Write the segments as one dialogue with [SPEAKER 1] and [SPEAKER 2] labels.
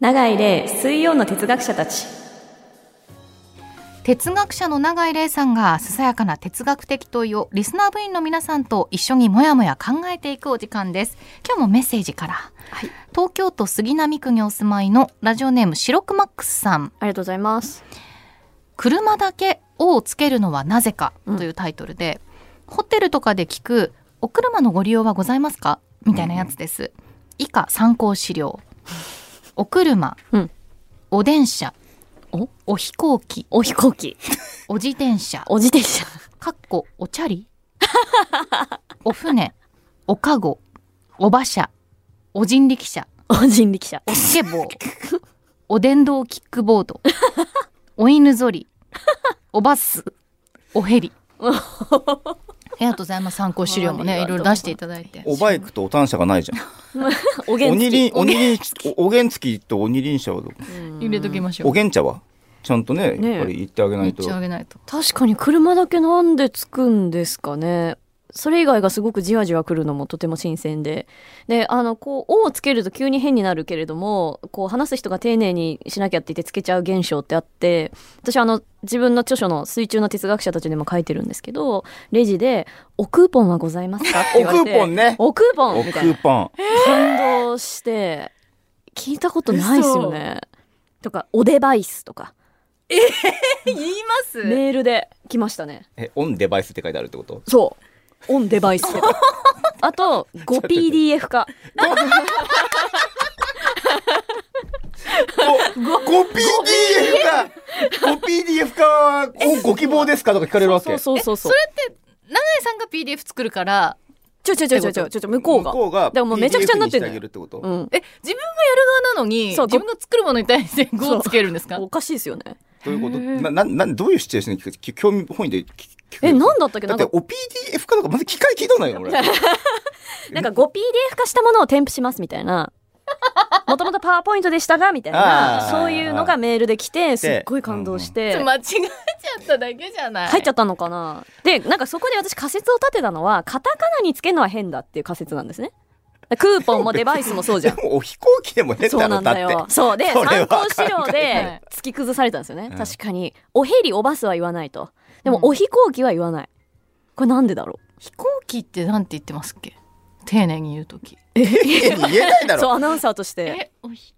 [SPEAKER 1] 永井玲水曜の哲学者たち
[SPEAKER 2] 哲学者の永井玲さんがささやかな哲学的問いをリスナー部員の皆さんと一緒にもやもや考えていくお時間です今日もメッセージから、
[SPEAKER 1] はい
[SPEAKER 2] 東京都杉並区にお住まいのラジオネームシロクマックスさん
[SPEAKER 1] ありがとうございます
[SPEAKER 2] 車だけ「を」をつけるのはなぜかというタイトルで、ホテルとかで聞く「お車のご利用はございますか?」みたいなやつです、以下参考資料お車、
[SPEAKER 1] うん
[SPEAKER 2] お電車
[SPEAKER 1] お
[SPEAKER 2] お飛行機
[SPEAKER 1] お飛行機
[SPEAKER 2] お自転車
[SPEAKER 1] お自転車
[SPEAKER 2] かっこおチャリ お船おかごお馬車お人力車
[SPEAKER 1] お人力車
[SPEAKER 2] おスケボーお電動キックボードお犬ぞりおバスおヘリありがとうございます参考資料も
[SPEAKER 1] あ
[SPEAKER 2] ね
[SPEAKER 1] り
[SPEAKER 2] い
[SPEAKER 1] がと
[SPEAKER 2] ろ
[SPEAKER 1] う
[SPEAKER 2] いろ出していただいて
[SPEAKER 3] おバイクとお単車がないじゃん。
[SPEAKER 1] おげ
[SPEAKER 3] お
[SPEAKER 1] ん
[SPEAKER 3] に
[SPEAKER 1] つ
[SPEAKER 3] り
[SPEAKER 1] き
[SPEAKER 3] ん、おにりん、おおげんつきとおにりん車はどこ
[SPEAKER 2] 入れときましょ
[SPEAKER 3] お
[SPEAKER 2] う
[SPEAKER 3] げん茶はちゃんとね、
[SPEAKER 1] ねえ
[SPEAKER 3] やっぱり言ってあげな
[SPEAKER 2] 言っ
[SPEAKER 3] いと。
[SPEAKER 2] ちゃあげないと
[SPEAKER 1] 確かに車だけなんでつくんですかねそれ以外がすごくじわじわ来るのもとても新鮮でであのこう「お」をつけると急に変になるけれどもこう話す人が丁寧にしなきゃって言ってつけちゃう現象ってあって私はあの自分の著書の「水中の哲学者たち」でも書いてるんですけどレジで「おクーポンはございますか?」って言われて
[SPEAKER 3] おクーポンね
[SPEAKER 1] おクーポ
[SPEAKER 3] お
[SPEAKER 1] ン
[SPEAKER 3] ク
[SPEAKER 1] みたいな
[SPEAKER 3] ーパン。
[SPEAKER 1] 感動して聞いたことないですよねとか「おデバイス」とか
[SPEAKER 2] 言います
[SPEAKER 1] メールで来ましたね
[SPEAKER 3] え、オンデバイスって書いてあるっ てこと
[SPEAKER 1] そう。オンデバイス。 あと、5PDF 化。
[SPEAKER 3] ご ?5PDF か !5PDF かはおご希望ですかとか聞かれるわけ。
[SPEAKER 1] そうそうそうそう。
[SPEAKER 2] 永井さんが PDF 作るから
[SPEAKER 1] ちょちょちょちょちょちょちょ、向こうが。
[SPEAKER 3] 向こうが。
[SPEAKER 1] だからもうめちゃくちゃになってんだよ
[SPEAKER 3] PDF してあげるってこと。
[SPEAKER 1] うん。
[SPEAKER 2] え自分がやる側なのに
[SPEAKER 1] そう
[SPEAKER 2] 自分が作るものに対して「 語をつけるんですか
[SPEAKER 1] おかしいですよね。
[SPEAKER 3] どういうことな、な、な、どういうシチュエーションに聞くき興味本位で聞聞く
[SPEAKER 1] え、なんだったっけ
[SPEAKER 3] だ
[SPEAKER 1] な
[SPEAKER 3] っ
[SPEAKER 1] んか、
[SPEAKER 3] てお PDF かとかまず機械聞いたことないよ、俺。
[SPEAKER 1] なんか 5PDF 化したものを添付しますみたい な。もともとパワーポイントでしたがみたいな
[SPEAKER 3] あー
[SPEAKER 1] そういうのがメールで来てすっごい感動して、
[SPEAKER 2] 間違えちゃっただけじゃない
[SPEAKER 1] 入っちゃったのかなでなんかそこで私仮説を立てたのはカタカナにつけるのは変だっていう仮説なんですねクーポンもデバイスもそうじゃん
[SPEAKER 3] で もお飛行機でも変
[SPEAKER 1] そう
[SPEAKER 3] だ
[SPEAKER 1] な
[SPEAKER 3] ろ、
[SPEAKER 1] ん
[SPEAKER 3] だっ
[SPEAKER 1] だ
[SPEAKER 3] て。
[SPEAKER 1] よ。そうで、
[SPEAKER 3] それ
[SPEAKER 1] 参
[SPEAKER 3] は
[SPEAKER 1] 考資料
[SPEAKER 2] は
[SPEAKER 1] で
[SPEAKER 2] い
[SPEAKER 1] 突き崩されたんですよね。
[SPEAKER 3] うん
[SPEAKER 1] 確かに。おヘリ、おバスは言わないと。でも、
[SPEAKER 2] うん
[SPEAKER 1] お飛行機は言わない。これなんでだろ
[SPEAKER 2] 飛行機ってなんて言ってますっけ丁寧に言うとき
[SPEAKER 3] え言えないだ
[SPEAKER 1] う。
[SPEAKER 3] ろ。
[SPEAKER 1] そう、アナウンサーとして。
[SPEAKER 2] お飛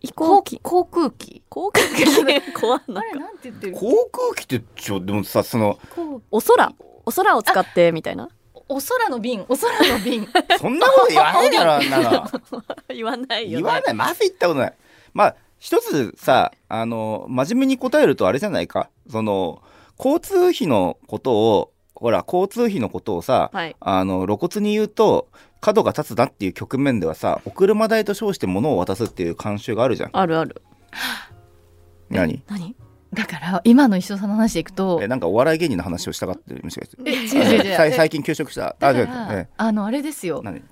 [SPEAKER 1] 飛
[SPEAKER 2] 行
[SPEAKER 1] 行
[SPEAKER 2] 機
[SPEAKER 1] 機。
[SPEAKER 2] 航空機
[SPEAKER 1] 航空機 怖い
[SPEAKER 2] あ
[SPEAKER 1] な。
[SPEAKER 2] れなんて言ってる
[SPEAKER 3] 航空機ってちょでもさその
[SPEAKER 2] こう
[SPEAKER 1] お空。お空を使ってみたいな。
[SPEAKER 2] お空の便お空の 便
[SPEAKER 3] そんなこと言わないだろあんなの
[SPEAKER 1] 言わないよ、
[SPEAKER 3] 言
[SPEAKER 1] ね。
[SPEAKER 3] わないまず言ったことないまあ一つさあの真面目に答えるとあれじゃないかその交通費のことをほら交通費のことをさ
[SPEAKER 1] はい。
[SPEAKER 3] あの露骨に言うと角が立つなっていう局面ではさお車代と称して物を渡すっていう慣習があるじゃん
[SPEAKER 1] あるある。
[SPEAKER 3] 何
[SPEAKER 1] 何
[SPEAKER 2] だから今の石戸さんの話でいくと
[SPEAKER 3] えなんかお笑い芸人の話をしたがってるもしかして
[SPEAKER 2] え違う違う違う
[SPEAKER 3] さい
[SPEAKER 2] え
[SPEAKER 3] 最近休職した
[SPEAKER 2] だ
[SPEAKER 3] あ
[SPEAKER 2] か
[SPEAKER 3] 違う
[SPEAKER 2] ら
[SPEAKER 3] え
[SPEAKER 2] あのあれですよ
[SPEAKER 3] 何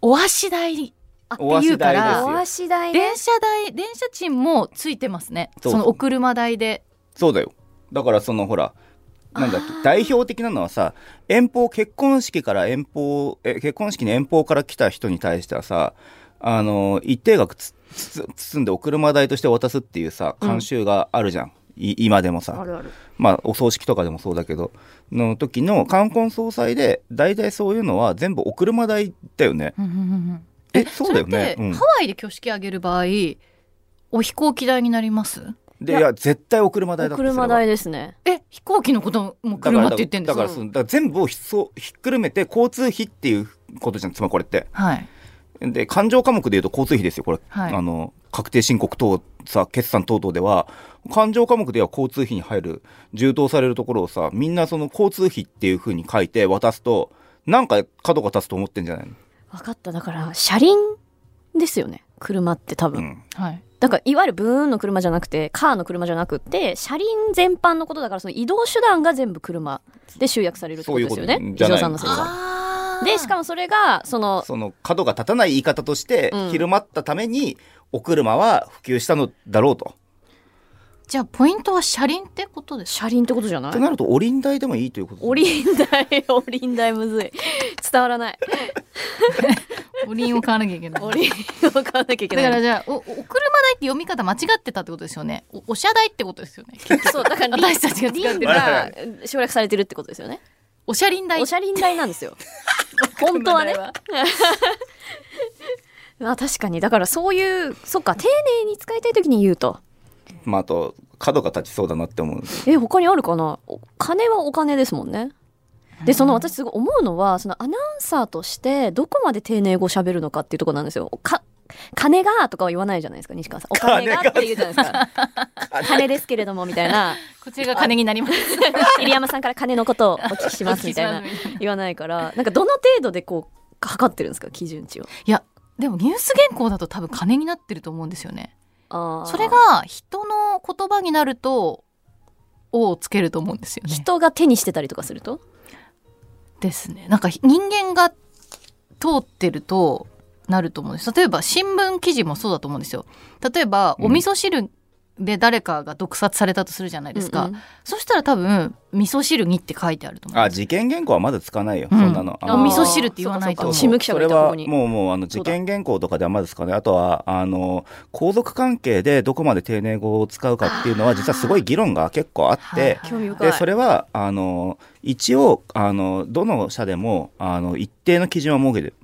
[SPEAKER 2] お足代あっていうか
[SPEAKER 3] お足代です
[SPEAKER 2] ら
[SPEAKER 3] よ
[SPEAKER 1] 足代
[SPEAKER 2] 電車代電車賃もついてますね
[SPEAKER 3] そう
[SPEAKER 2] そのお車代で
[SPEAKER 3] そうだよ。だからそのほら、なんだっけ
[SPEAKER 1] あー、
[SPEAKER 3] 代表的なのはさ、遠方、結婚式から遠方、え結婚式に遠方から来た人に対してはさ、あの、一定額つつ包んでお車代として渡すっていうさ、慣習があるじゃん。い今でも
[SPEAKER 1] あ
[SPEAKER 3] さ、
[SPEAKER 1] るある。
[SPEAKER 3] まあ、お葬式とかでもそうだけど、の時の冠婚葬祭で、大体そういうのは全部お車代だよね。え、そうだよね
[SPEAKER 2] れっ。て
[SPEAKER 3] うん
[SPEAKER 2] ハワイで挙式あげる場合お飛行機代になります
[SPEAKER 3] で、いや、絶対お車代だ
[SPEAKER 1] お
[SPEAKER 3] ってそれは
[SPEAKER 1] 車代ですね。
[SPEAKER 2] え飛行機のことも
[SPEAKER 3] だから
[SPEAKER 2] 車って言ってんです
[SPEAKER 3] だから
[SPEAKER 2] か
[SPEAKER 3] そのだから全部をひっそひっくるめて交通費っていうことじゃんつまりこれって
[SPEAKER 2] はい
[SPEAKER 3] で勘定科目で言うと交通費ですよこれ、
[SPEAKER 2] はい
[SPEAKER 3] あの確定申告等さ決算等々では勘定科目では交通費に入る充当されるところをさみんなその交通費っていうふうに書いて渡すとなんか角が立つと思ってんじゃないの、
[SPEAKER 1] 分かった。だから、車輪ですよね。車って多
[SPEAKER 3] う
[SPEAKER 1] 分。
[SPEAKER 3] ん、
[SPEAKER 2] はい
[SPEAKER 1] なんかいわゆるブーンの車じゃなくてカーの車じゃなくて車輪全般のことだからその移動手段が全部車で集約されるってことですよね
[SPEAKER 3] そういうこと
[SPEAKER 1] 伊
[SPEAKER 3] じゃない
[SPEAKER 1] 沢さんの説は。
[SPEAKER 2] あー
[SPEAKER 1] でしかもそれがその
[SPEAKER 3] その角が立たない言い方として、
[SPEAKER 1] うん
[SPEAKER 3] 広まったためにお車は普及したのだろうと。
[SPEAKER 2] じゃあポイントは車輪ってこと です
[SPEAKER 1] 車輪ってことじゃな
[SPEAKER 3] と
[SPEAKER 1] い
[SPEAKER 3] なるとお輪代でもいいということですね
[SPEAKER 1] お輪台お輪台むずい伝わらない
[SPEAKER 2] おりんを買わなきゃいけない。
[SPEAKER 1] 折りを買わなきゃいけ
[SPEAKER 2] だか
[SPEAKER 1] な
[SPEAKER 2] ら
[SPEAKER 1] い。
[SPEAKER 2] じゃあおお車代って読み方間違ってたってことですよねおお車代ってことですよね
[SPEAKER 1] そう、 だから、
[SPEAKER 2] 私たちが使って
[SPEAKER 1] 輪
[SPEAKER 2] る
[SPEAKER 1] が省略されてるってことですよね。
[SPEAKER 2] お車輪代
[SPEAKER 1] おしゃりん代なんですよ。本当はね
[SPEAKER 2] お車代
[SPEAKER 1] まあ確かに、だからそういう、そっか、丁寧に使いたいときに言うと。
[SPEAKER 3] まあ、あと角が立ちそうだなって思うんです
[SPEAKER 1] え、他にあるかなお金はお金ですもんね。で、その私すごい思うのは、そのアナウンサーとしてどこまで丁寧語喋るのかっていうところなんですよ。か、金がとかは言わないじゃないですか、西川さん。お金がって言うじゃないですか。 金ですけれども、みたいな。
[SPEAKER 2] こちらが金になり ます
[SPEAKER 1] 入山さんから金のこと をお聞きします、みたいな
[SPEAKER 2] お聞。きします
[SPEAKER 1] 言わないから、なんかどの程度でこう、測ってるんですか、基準値を。
[SPEAKER 2] いやでもニュース原稿だと多分金になってると思うんですよね
[SPEAKER 1] あー
[SPEAKER 2] それ、が人の言葉になると「お」をつけると思うんですよね
[SPEAKER 1] 人が手にしてたりとかすると
[SPEAKER 2] ですねなんか人間が通ってるとなると思うんです例えば新聞記事もそうだと思うんですよ例えば
[SPEAKER 3] うん
[SPEAKER 2] お味噌汁で誰かが毒殺されたとするじゃないですか、
[SPEAKER 1] うんうん
[SPEAKER 2] そしたら多分味噌汁にって書いてあると思う
[SPEAKER 3] あ事件原稿はまだつかないよ、
[SPEAKER 2] うん
[SPEAKER 3] そんなの
[SPEAKER 1] あ
[SPEAKER 3] あ
[SPEAKER 1] ー
[SPEAKER 3] の
[SPEAKER 2] お味噌汁って言わないと
[SPEAKER 1] そうか
[SPEAKER 2] 思う
[SPEAKER 1] そうか新聞記者がいたここに
[SPEAKER 3] それはもうもうあの
[SPEAKER 1] そ
[SPEAKER 3] 事
[SPEAKER 1] うだ
[SPEAKER 3] 件原稿とかではまずですかねあとはあの皇族関係でどこまで丁寧語を使うかっていうのは実はすごい議論が結構あっ
[SPEAKER 2] はい
[SPEAKER 3] て
[SPEAKER 2] は、い
[SPEAKER 1] 興味深い
[SPEAKER 3] でそれはあの一応あのどの社でもあの一定の基準は設けてる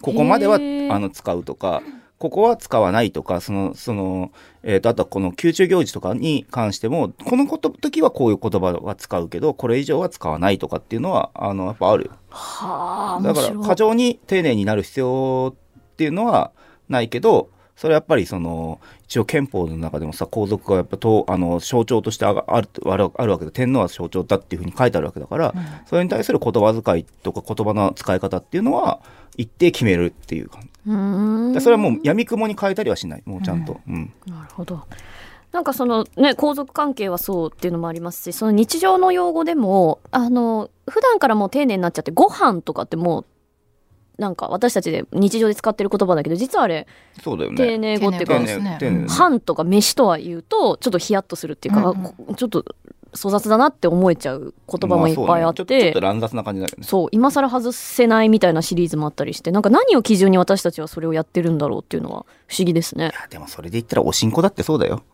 [SPEAKER 3] ここまでは
[SPEAKER 1] へー
[SPEAKER 3] あの使うとかここは使わないとかそのその、えー、とあとはこの宮中行事とかに関してもこのこと時はこういう言葉は使うけどこれ以上は使わないとかっていうのはあのやっぱあるよ
[SPEAKER 1] はあ
[SPEAKER 3] だ
[SPEAKER 1] 面
[SPEAKER 3] から
[SPEAKER 1] 白い
[SPEAKER 3] 過剰に丁寧になる必要っていうのはないけどそれはやっぱりその一応憲法の中でもさ皇族がやっぱとあの象徴としてあがあるあるあるわけで天皇は象徴だっていうふうに書いてあるわけだから、それに対する言葉遣いとか言葉の使い方っていうのは一定決めるっていう感じ
[SPEAKER 1] うーん
[SPEAKER 3] でそれはもうやみくもに変えたりはしないもうちゃんと、うん
[SPEAKER 1] なるほどなんかそのね皇族関係はそうっていうのもありますしその日常の用語でもあの普段からもう丁寧になっちゃってご飯とかってもうなんか私たちで日常で使ってる言葉だけど実はあれ
[SPEAKER 3] そうだよね
[SPEAKER 1] 丁寧語っていうか、
[SPEAKER 3] 丁寧丁寧ですね
[SPEAKER 1] 飯とか飯とは言うとちょっとヒヤッとするっていうか、
[SPEAKER 2] うんうん
[SPEAKER 1] あこちょっと粗雑だなって思えちゃう言葉もいっぱいあって、
[SPEAKER 3] まそうねちょちょっと乱雑な感じだけどね
[SPEAKER 1] そう今更外せないみたいなシリーズもあったりしてなんか何を基準に私たちはそれをやってるんだろうっていうのは不思議ですね
[SPEAKER 3] いやでもそれで言ったらおしんこだってそうだよ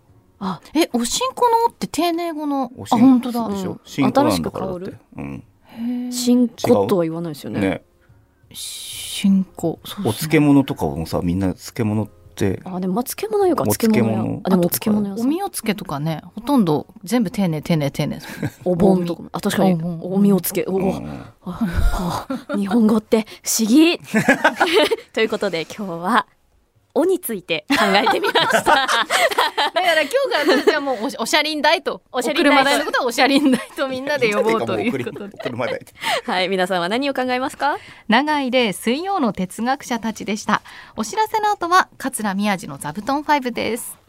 [SPEAKER 2] えおしんこのって丁寧語の
[SPEAKER 3] おし
[SPEAKER 2] あ
[SPEAKER 3] ん
[SPEAKER 2] 本当だ
[SPEAKER 3] そうでし
[SPEAKER 1] うん
[SPEAKER 3] ょしんこなんだからだっ
[SPEAKER 1] 新してく、
[SPEAKER 3] うん、
[SPEAKER 1] 新子とは言わないですよね
[SPEAKER 3] ね
[SPEAKER 2] 新行そう
[SPEAKER 3] お
[SPEAKER 2] ですね
[SPEAKER 3] 漬物とかもさみんな漬物って
[SPEAKER 1] あでもまあ漬物よか
[SPEAKER 3] お
[SPEAKER 1] 漬
[SPEAKER 3] 漬
[SPEAKER 1] 物
[SPEAKER 3] 物
[SPEAKER 1] よあでもお漬物よ
[SPEAKER 2] おみおつけとかねほとんど全部丁寧丁寧丁寧ですもんね
[SPEAKER 1] お盆とかもあ確かに
[SPEAKER 2] お盆
[SPEAKER 1] おみお漬けおお、
[SPEAKER 3] うん
[SPEAKER 1] はあ日本語って不思議ということで今日はおについて考えてみました。
[SPEAKER 2] だから今日から私はもうおしおしゃりん代と
[SPEAKER 1] お
[SPEAKER 2] お
[SPEAKER 1] しゃりん代と
[SPEAKER 2] 車代のことはおしゃりん代とみんなで呼ぼうということで
[SPEAKER 3] 車で
[SPEAKER 1] はい皆さんは何を考えますか
[SPEAKER 2] 長井で水曜の哲学者たちでしたお知らせの後は桂宮治の座布団5です